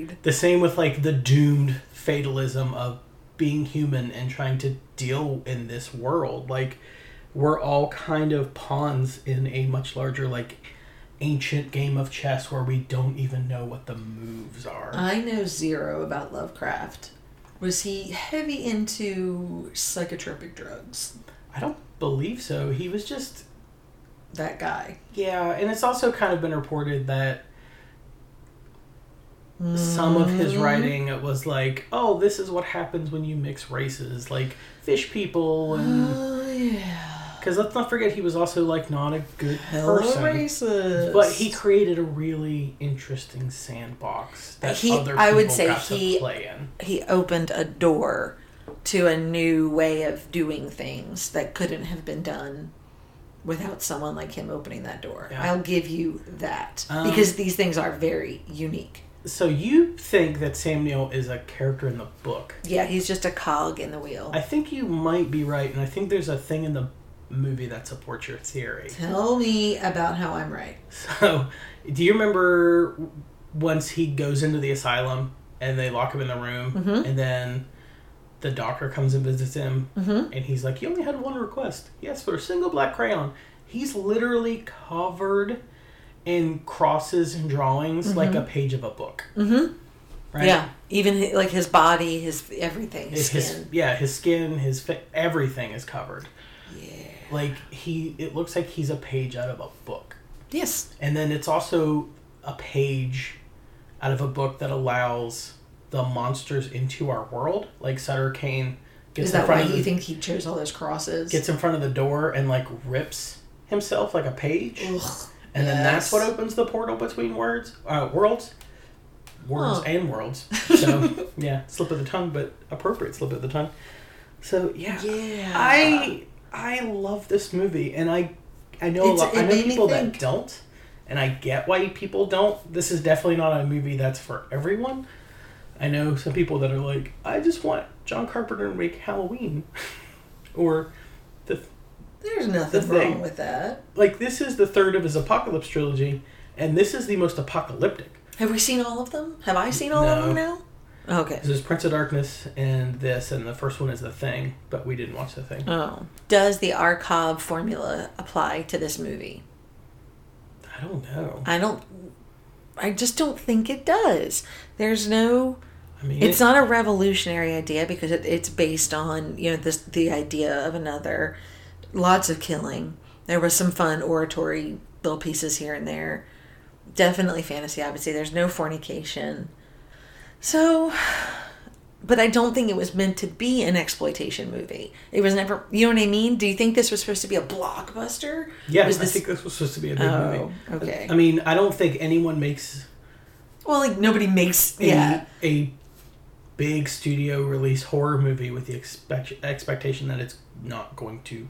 B: right? The same with like the doomed fatalism of being human and trying to deal in this world. Like we're all kind of pawns in a much larger like ancient game of chess where we don't even know what the moves are.
A: I know zero about Lovecraft. Was he heavy into psychotropic drugs?
B: I don't believe so. He was just
A: That guy.
B: Yeah, and it's also kind of been reported that some of
A: Mm-hmm.
B: his writing it was like, oh, this is what happens when you mix races, like fish people, and
A: Oh yeah.
B: because let's not forget he was also like not a good
A: Hello,
B: person,
A: racist.
B: but he created a really interesting sandbox that
A: He-
B: other people
A: I would say
B: got
A: he-
B: to play in.
A: he opened a door to a new way of doing things that couldn't have been done without someone like him opening that door.
B: Yeah.
A: I'll give you that
B: Um,
A: because these things are very unique.
B: So you think that Samuel is a character in the book?
A: Yeah, he's just a cog in the wheel.
B: I think you might be right, and I think there's a thing in the movie that supports your theory.
A: Tell me about how I'm right.
B: So, do you remember once he goes into the asylum and they lock him in the room, and then the doctor comes and visits him, and he's like, "You only had one request. Yes, for a single black crayon." He's literally covered in crosses and drawings like a page of a book. Mm-hmm. Right.
A: Yeah, even hi- like his body, his everything, his
B: His,
A: skin.
B: his yeah, his skin, his fa- everything is covered. Yeah. Like he, it looks like he's a page out of a book.
A: yes,
B: And then it's also a page out of a book that allows the monsters into our world. Like Sutter Kane gets
A: is
B: in
A: that why
B: front of
A: you
B: the,
A: think he chose all those crosses?
B: gets in front of the door and like rips himself like a page. and then that's
A: yes.
B: what opens the portal between words, uh, worlds, words and worlds. So yeah, slip of the tongue, but appropriate slip of the tongue. So yeah,
A: Yeah.
B: I I love this movie, and I I know
A: It's-
B: a lot,
A: it
B: I know
A: made me
B: people
A: think.
B: that don't, and I get why people don't. This is definitely not a movie that's for everyone. I know some people that are like, I just want John Carpenter to make Halloween, or the
A: There's nothing
B: The
A: wrong
B: thing.
A: with that.
B: like this is the third of his apocalypse trilogy and this is the most apocalyptic
A: Have we seen all of them? Have I seen all of them
B: No.
A: now? Okay.
B: this is prince of darkness and this and the first one is the thing but we didn't watch the thing
A: Oh. Does the Arkham formula apply to this movie?
B: i don't know
A: I don't. I just don't think it does. There's no.
B: i mean
A: It's
B: it-
A: not a revolutionary idea because it, it's based on you know this the idea of another. Lots of killing. There was some fun oratory little pieces here and there. Definitely fantasy, obviously. There's no fornication. So, but I don't think it was meant to be an exploitation movie. It was never, you know what I mean? Do you think this was supposed to be a blockbuster?
B: Yeah,
A: was
B: I think this was supposed to be a big
A: Oh,
B: movie.
A: okay.
B: I mean, I don't think anyone makes
A: well, like nobody makes
B: a,
A: yeah.
B: a big studio release horror movie with the expect, expectation that it's not going to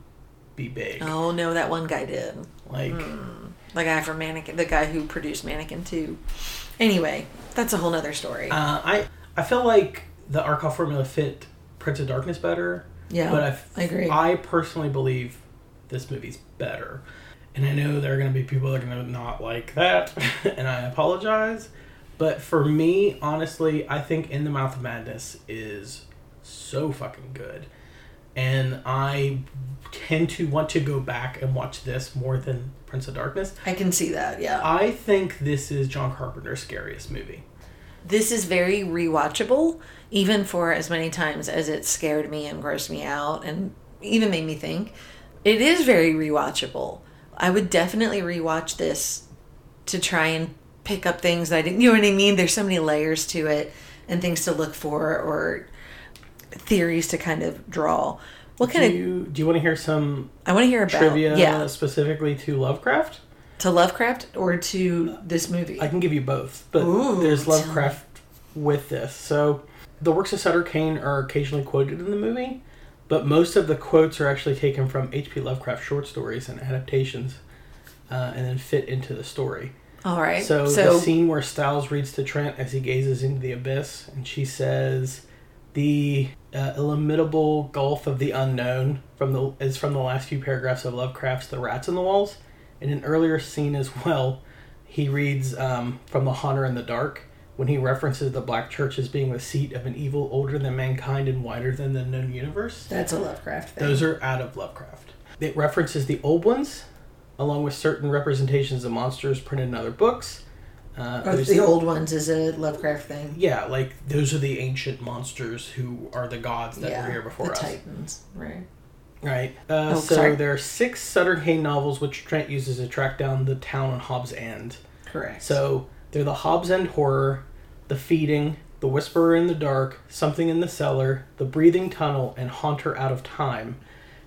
B: be big.
A: Oh Hmm. no, that one guy did.
B: Like,
A: The guy from Mannequin, the guy who produced Mannequin Two. Anyway, that's a whole nother story.
B: uh, I I feel like the Arkoff formula fit Prince of Darkness better.
A: Yeah,
B: but I, f-
A: I agree.
B: I personally believe this movie's better, and I know there are going to be people that are going to not like that, and I apologize. But for me, honestly, I think In the Mouth of Madness is so fucking good, and I tend to want to go back and watch this more than Prince of Darkness.
A: I can see that. Yeah,
B: I think this is John Carpenter's scariest movie.
A: this is very rewatchable, even for as many times as it scared me and grossed me out and even made me think. It is very rewatchable. I would definitely rewatch this to try and pick up things that I didn't. You know what I mean? There's so many layers to it and things to look for or theories to kind of draw. What kind
B: do
A: of
B: you, do you want to hear some
A: I want to hear about
B: trivia
A: yeah
B: specifically to Lovecraft?
A: to Lovecraft or to this movie.
B: I can give you both, but
A: Ooh,
B: there's
A: tell me.
B: Lovecraft with this. So the works of Sutter Kane are occasionally quoted in the movie, but most of the quotes are actually taken from H.P. Lovecraft short stories and adaptations, uh, and then fit into the story.
A: All right,
B: So,
A: so,
B: the scene where Styles reads to Trent as he gazes into the abyss, and she says, "The uh, illimitable gulf of the unknown" from the is from the last few paragraphs of Lovecraft's "The Rats in the Walls." In an earlier scene as well, he reads um, from "The Haunter in the Dark" when he references the Black Church as being the seat of an evil older than mankind and wider than the known universe.
A: that's a Lovecraft thing.
B: Those are out of Lovecraft. It references the old ones, along with certain representations of monsters printed in other books. Uh,
A: Oh,
B: there's-
A: the old ones is a Lovecraft thing.
B: yeah, like those are the ancient monsters who are the gods that were here before
A: the
B: us.
A: Titans, right?
B: Right. Uh,
A: Oh,
B: so
A: sorry.
B: there are six Sutter Kane novels which Trent uses to track down the town on Hobbs End.
A: Correct.
B: So they're the Hobbs End Horror, The Feeding, The Whisperer in the Dark, Something in the Cellar, The Breathing Tunnel, and Haunter Out of Time.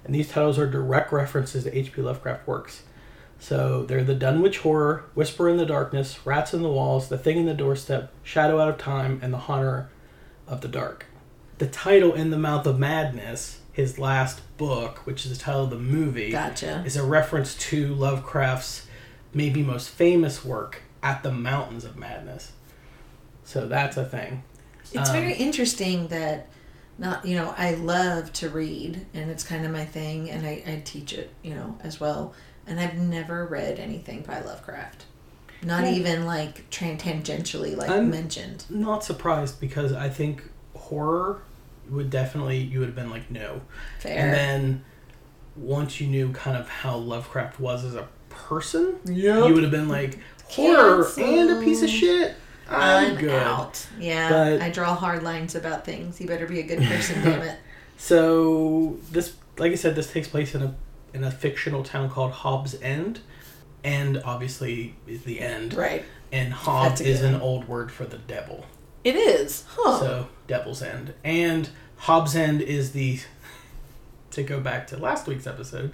B: And these titles are direct references to H.P. Lovecraft works. So they're The Dunwich Horror, Whisper in the Darkness, Rats in the Walls, The Thing in the Doorstep, Shadow Out of Time, and The Haunter of the Dark. The title In the Mouth of Madness, his last book, which is the title of the movie,
A: Gotcha.
B: is a reference to Lovecraft's maybe most famous work, At the Mountains of Madness. So that's a thing.
A: it's very
B: um,
A: interesting that not you know I love to read and it's kind of my thing and I, I teach it you know as well and I've never read anything by Lovecraft, not even like tran- tangentially like
B: I'm-
A: mentioned.
B: Not surprised because I think horror would definitely, you would have been like, no.
A: Fair.
B: And then once you knew kind of how Lovecraft was as a person,
A: Yep.
B: you would have been like, horror and a piece
A: Cancelled.
B: of shit. I'm,
A: I'm
B: good. Uh,
A: out. Yeah,
B: But-
A: I draw hard lines about things. You better be a good person, damn it.
B: So this, like I said, this takes place in a in a fictional town called Hobbs End, and obviously is the end.
A: Right.
B: And Hob
A: That's a good
B: is an old word for the devil,
A: It is, huh?
B: so Devil's End. And Hobbs End is the to go back to last week's episode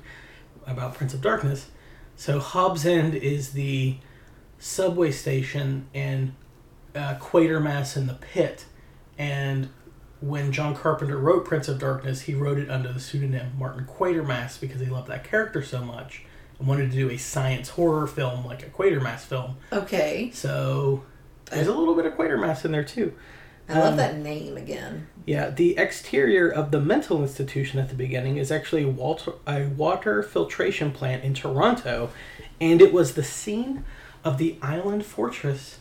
B: about Prince of Darkness. So Hobbs End is the subway station in uh, Quatermass in the Pit, and when John Carpenter wrote Prince of Darkness, he wrote it under the pseudonym Martin Quatermass because he loved that character so much and wanted to do a science horror film like a Quatermass film.
A: okay,
B: So there's a little bit of Quatermass in there too.
A: I love that name again.
B: Yeah, the exterior of the mental institution at the beginning is actually Walter, a water filtration plant in Toronto, and it was the scene of the island fortress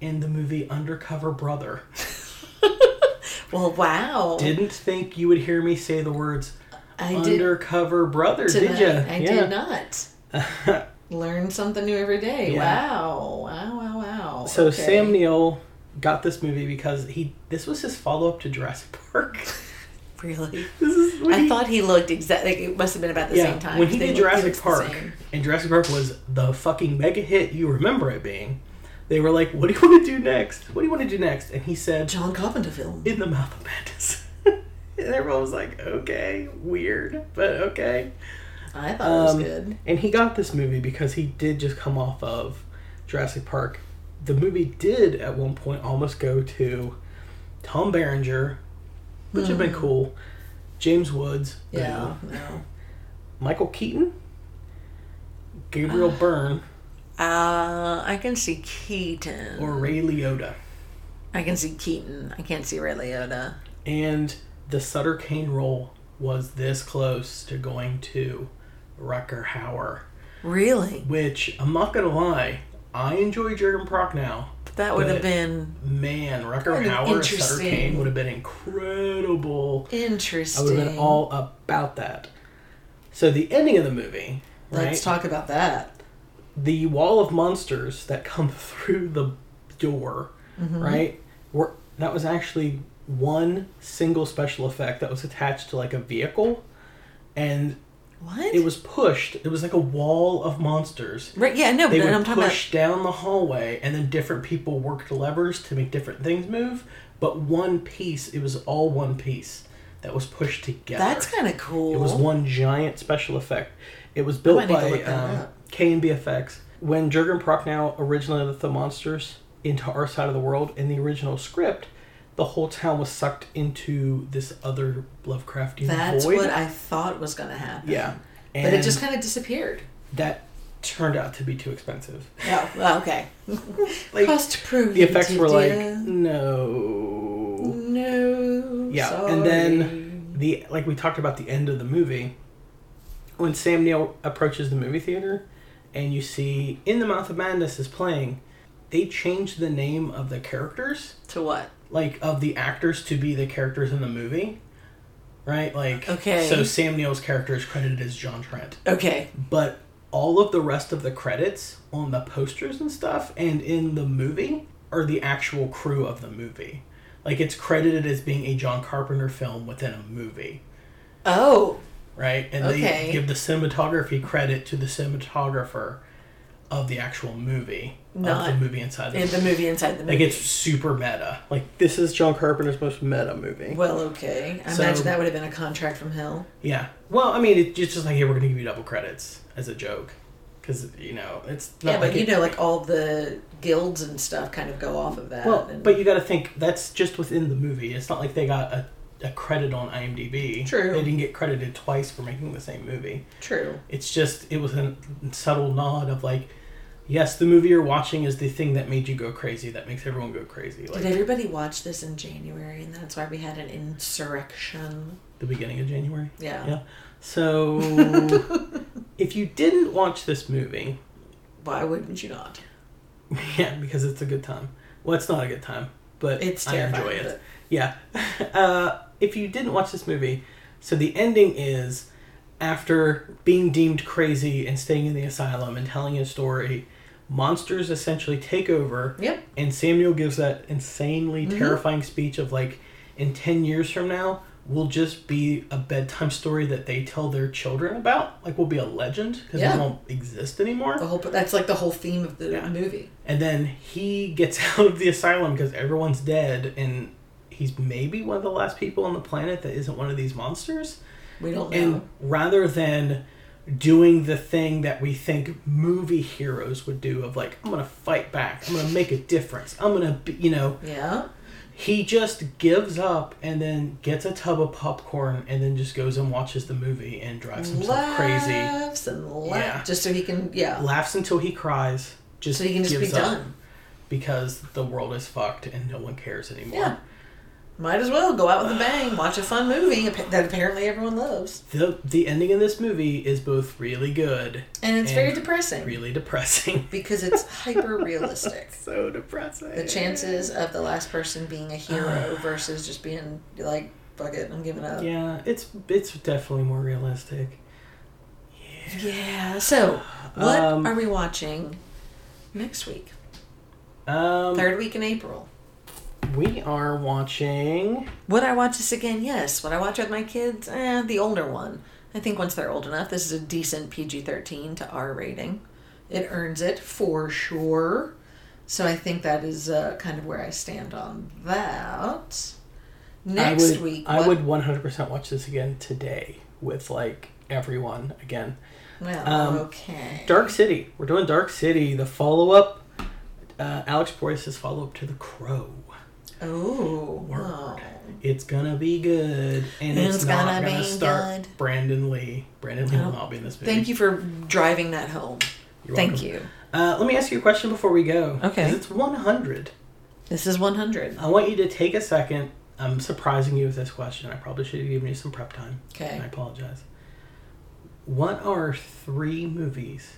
B: in the movie Undercover Brother.
A: Well, wow.
B: Didn't think you would hear me say the words
A: I did
B: Undercover Brother,
A: tonight.
B: did you?
A: I did not. Learn something new every day.
B: Yeah.
A: Wow. Wow, wow, wow.
B: So
A: Okay.
B: Sam Neill got this movie because he this was his follow up to Jurassic Park.
A: Really?
B: this is when
A: I
B: he-
A: thought he looked exactly. Like, it must have been about the
B: yeah,
A: same time.
B: When he
A: They looked-
B: did
A: it
B: Jurassic
A: looks the
B: Park,
A: same.
B: and Jurassic Park was the fucking mega hit you remember it being, They were like, "What do you want to do next? What do you want to do next?" And he said,
I: John Carpenter film.
B: "In the mouth of madness." and everyone was like, "Okay, weird, but okay."
I: I thought it Oh, was
B: Um,
I: good.
B: And he got this movie because he did just come off of Jurassic Park. The movie did at one point almost go to Tom Berenger, which had been cool. James Woods,
I: Hmm. Yeah.
B: boo,
I: No.
B: Michael Keaton,
I: Ah.
B: Gabriel Byrne,
I: Uh, I can see Keaton.
B: or Ray Liotta,
I: I can see Keaton. I can't see Ray Liotta.
B: and the Sutter Kane role was this close to going to Rucker Hauer.
I: Really?
B: Which I'm not gonna lie, I enjoy Jurgen Prock now.
I: That would
B: But-
I: have been
B: Man, Rucker
I: Kind of
B: Hauer Sutter
I: interesting.
B: Kane would have been incredible. I
I: interesting.
B: would have been all about that. So the ending of the movie, right?
I: Let's talk about that.
B: the wall of monsters that come through the door,
I: Mm-hmm.
B: right? Were that was actually one single special effect that was attached to like a vehicle, and
I: What?
B: it was pushed. It was like a wall of monsters.
I: Right, yeah, no, but
B: They
I: then
B: would
I: I'm talking
B: push down the hallway, and then different people worked levers to make different things move. But one piece, it was all one piece that was pushed together.
I: about. That's kind of cool.
B: It was one giant special effect. It was
I: I
B: built
I: might need to
B: by
I: look that
B: um,
I: up.
B: K&B Effects. When Jurgen Prochnow originally left the monsters into our side of the world in the original script, the whole town was sucked into this other Lovecraftian
I: That's
B: void.
I: what I thought was going to happen.
B: yeah, and
I: But it just kind of disappeared.
B: that turned out to be too expensive.
I: Oh, well, okay.
B: Like,
I: Cost proof.
B: the effects were like
I: dear.
B: no.
I: no.
B: Yeah,
I: sorry.
B: and then the like we talked about the end of the movie, when Sam Neill approaches the movie theater, and you see In the Mouth of Madness is playing, they changed the name of the characters,
I: to what?
B: like of the actors, to be the characters in the movie, right? Like
I: Okay.
B: so Sam Neill's character is credited as John Trent,
I: Okay,
B: but all of the rest of the credits on the posters and stuff and in the movie are the actual crew of the movie. Like it's credited as being a John Carpenter film within a movie,
I: Oh,
B: right? And
I: Okay.
B: they give the cinematography credit to the cinematographer of the actual movie,
I: Not
B: of the movie inside.
I: in the movie inside the movie.
B: like it's super meta. Like this is John Carpenter's most meta movie.
I: well, okay. I
B: So-
I: imagine that would have been a contract from hell.
B: Yeah. Well, I mean, it- it's just like hey, we're gonna give you double credits as a joke, because you know it's not
I: Yeah,
B: like
I: but you
B: it-
I: know, like all the guilds and stuff kind of go off of that.
B: Well,
I: and-
B: but you got to think that's just within the movie. It's not like they got a, a credit on IMDb.
I: True.
B: They didn't get credited twice for making the same movie.
I: true.
B: It's just it was a subtle nod of like, yes, the movie you're watching is the thing that made you go crazy. That makes everyone go crazy. Like
I: Did everybody watch this in January, and that's why we had an insurrection?
B: the beginning of January.
I: Yeah.
B: Yeah. So if you didn't watch this movie,
I: Why wouldn't you not?
B: Yeah, because it's a good time. Well, it's not a good time, but
I: It's
B: I enjoy
I: terrifying,
B: it.
I: but-
B: Yeah. uh, if you didn't watch this movie, so the ending is after being deemed crazy and staying in the asylum and telling his story, monsters essentially take over.
I: Yep. Mm-hmm.
B: And Samuel gives that insanely terrifying speech of like, in 10 years from now, we'll just be a bedtime story that they tell their children about. Like, we'll be a legend because
I: Yeah. Oh,
B: we won't exist anymore.
I: The whole that's like the whole theme of the movie.
B: And then he gets out of the asylum because everyone's dead, and he's maybe one of the last people on the planet that isn't one of these monsters.
I: We don't know.
B: And rather than doing the thing that we think movie heroes would do of like, I'm gonna fight back, I'm gonna make a difference, I'm gonna, be, you know,
I: yeah.
B: he just gives up and then gets a tub of popcorn and then just goes and watches the movie and drives himself crazy,
I: Laughs and laughs
B: Yeah.
I: just so he can yeah.
B: laughs until he cries, just
I: So he can just be
B: gives up
I: done.
B: because the world is fucked and no one cares anymore.
I: Yeah. Might as well go out with a bang, watch a fun movie ap- that apparently everyone loves,
B: The the ending in this movie is both really good
I: and it's very depressing
B: really depressing.
I: because it's hyper realistic.
B: so depressing.
I: the chances of the last person being a hero versus just being like fuck it i'm giving up yeah,
B: Yeah, it's it's definitely more realistic.
I: so what
B: Um,
I: are we watching next week
B: Um,
I: third week in april
B: we are watching.
I: would i watch this again yes would i watch it with my kids eh, the older one i think once they're old enough this is a decent pg-13 to r rating it earns it for sure So I think that is uh, kind of where I stand on that.
B: I
I: Next
B: would,
I: week,
B: I
I: what-
B: would 100% watch this again today with like everyone again.
I: Well,
B: um,
I: okay.
B: Dark City. We're doing Dark City, the follow up. Uh, Alex Proyas' follow up to The Crow.
I: Oh,
B: Word. It's gonna be good, and it's,
I: It's
B: not
I: gonna
B: gonna,
I: be
B: start
I: good. Oh.
B: Brandon Lee. Brandon Lee will not be in this movie.
I: Thank you for driving that home.
B: You're
I: Thank
B: welcome.
I: you.
B: Uh, let me ask you a question before we go. 'cause
I: Okay.
B: It's 100.
I: This is 100.
B: I want you to take a second. I'm surprising you with this question. I probably should have given you some prep time.
I: Okay.
B: I apologize. What are three movies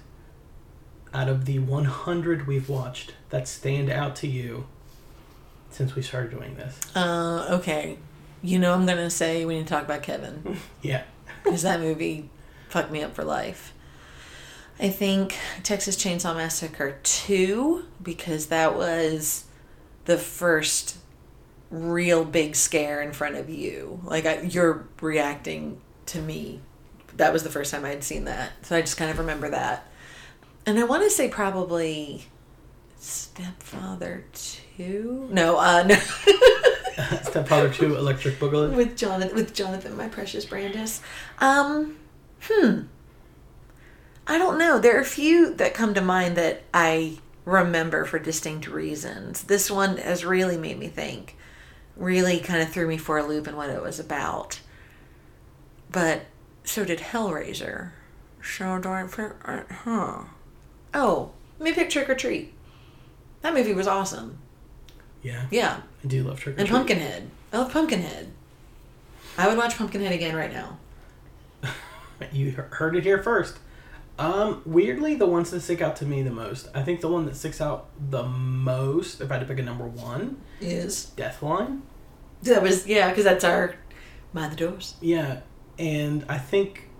B: out of the 100 we've watched that stand out to you since we started doing this?
I: Uh, okay. You know, I'm going to say we need to talk about Kevin
B: Yeah.
I: because that movie fucked me up for life. I think Texas Chainsaw Massacre 2 because that was the first real big scare in front of you. Like, I, you're reacting to me. That was the first time I'd seen that. So I just kind of remember that. And I want to say probably Stepfather 2? No, uh, no.
B: Stepfather 2, Electric Boogaloo.
I: with Jonathan with Jonathan my precious Brandis. Um hmm. I don't know. There are a few that come to mind that I remember for distinct reasons. This one has really made me think. Really kind of threw me for a loop in what it was about. But so did Hellraiser. So darn uh, huh. Oh, let me pick Trick or Treat. That movie was awesome.
B: Yeah.
I: Yeah.
B: I do love Trick or
I: And
B: Treat.
I: Pumpkinhead. I love Pumpkinhead. I would watch Pumpkinhead again right now.
B: You he- heard it here first. Um, weirdly, the ones that stick out to me the most, I think the one that sticks out the most, if I had to pick a number one,
I: Is
B: Deathline.
I: that was yeah, because that's our mind the doors.
B: Yeah, and I think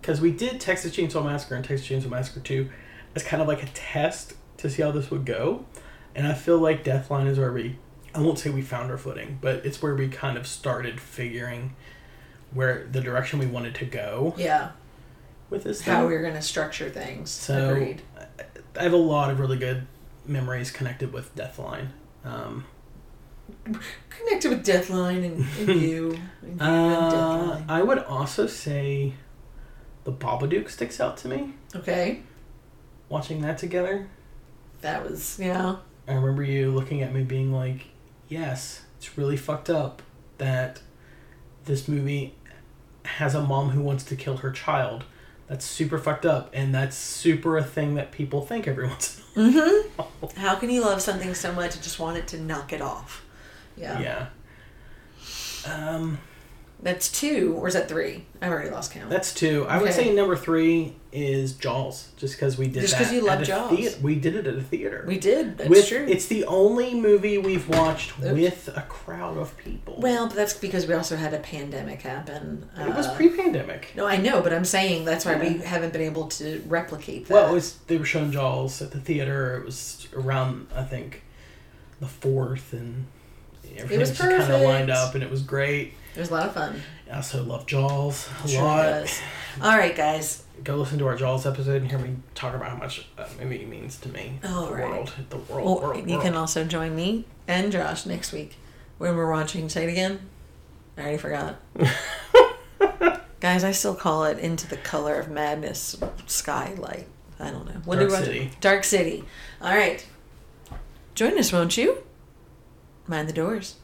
B: because we did Texas Chainsaw Massacre and Texas Chainsaw Massacre Two as kind of like a test to see how this would go, and I feel like Deathline is where we I won't say we found our footing, but it's where we kind of started figuring where the direction we wanted to go
I: Yeah,
B: with this.
I: how
B: thing.
I: we were gonna structure things.
B: So
I: Agreed.
B: I- I have a lot of really good memories connected with Deathline. Um,
I: Connected with Deathline and, and you. And
B: uh,
I: you and Deathline.
B: I would also say the Babadook sticks out to me.
I: Okay,
B: Watching that together,
I: that was yeah.
B: I remember you looking at me being like, "Yes, it's really fucked up that this movie has a mom who wants to kill her child. That's super fucked up, and that's super a thing that people think every once in a while."
I: How can you love something so much and just want it to knock it off? Yeah.
B: Yeah. Um,
I: That's two, or is that three? I've already lost count.
B: that's two. I would
I: Okay.
B: say number three is Jaws, just because we did
I: Just
B: that
I: 'cause you love
B: at a
I: Jaws.
B: thea- we did it at a theater.
I: we did. That's
B: with,
I: true.
B: It's the only movie we've watched with a crowd of people.
I: well, but that's because we also had a pandemic happen.
B: it was
I: uh,
B: pre-pandemic.
I: No, I know, but I'm saying that's why we haven't been able to replicate that.
B: Well, it was they were showing Jaws at the theater. It was around I think the fourth, and everything
I: was
B: was, kind of lined
I: perfect.
B: up, and it was great.
I: It was a lot of fun.
B: I also love Jaws a
I: Sure
B: lot.
I: was. All right, guys.
B: Go listen to our Jaws episode and hear me talk about how much that movie means to me.
I: All
B: the
I: right.
B: world, the world,
I: Well,
B: world,
I: you can
B: world.
I: also join me and Josh next week when we're watching. Say it again. I already forgot. guys, I still call it Into the Color of Madness Skylight. I don't know. What
B: Dark
I: do we watch?
B: City.
I: Dark City. All right. Join us, won't you? Mind the doors.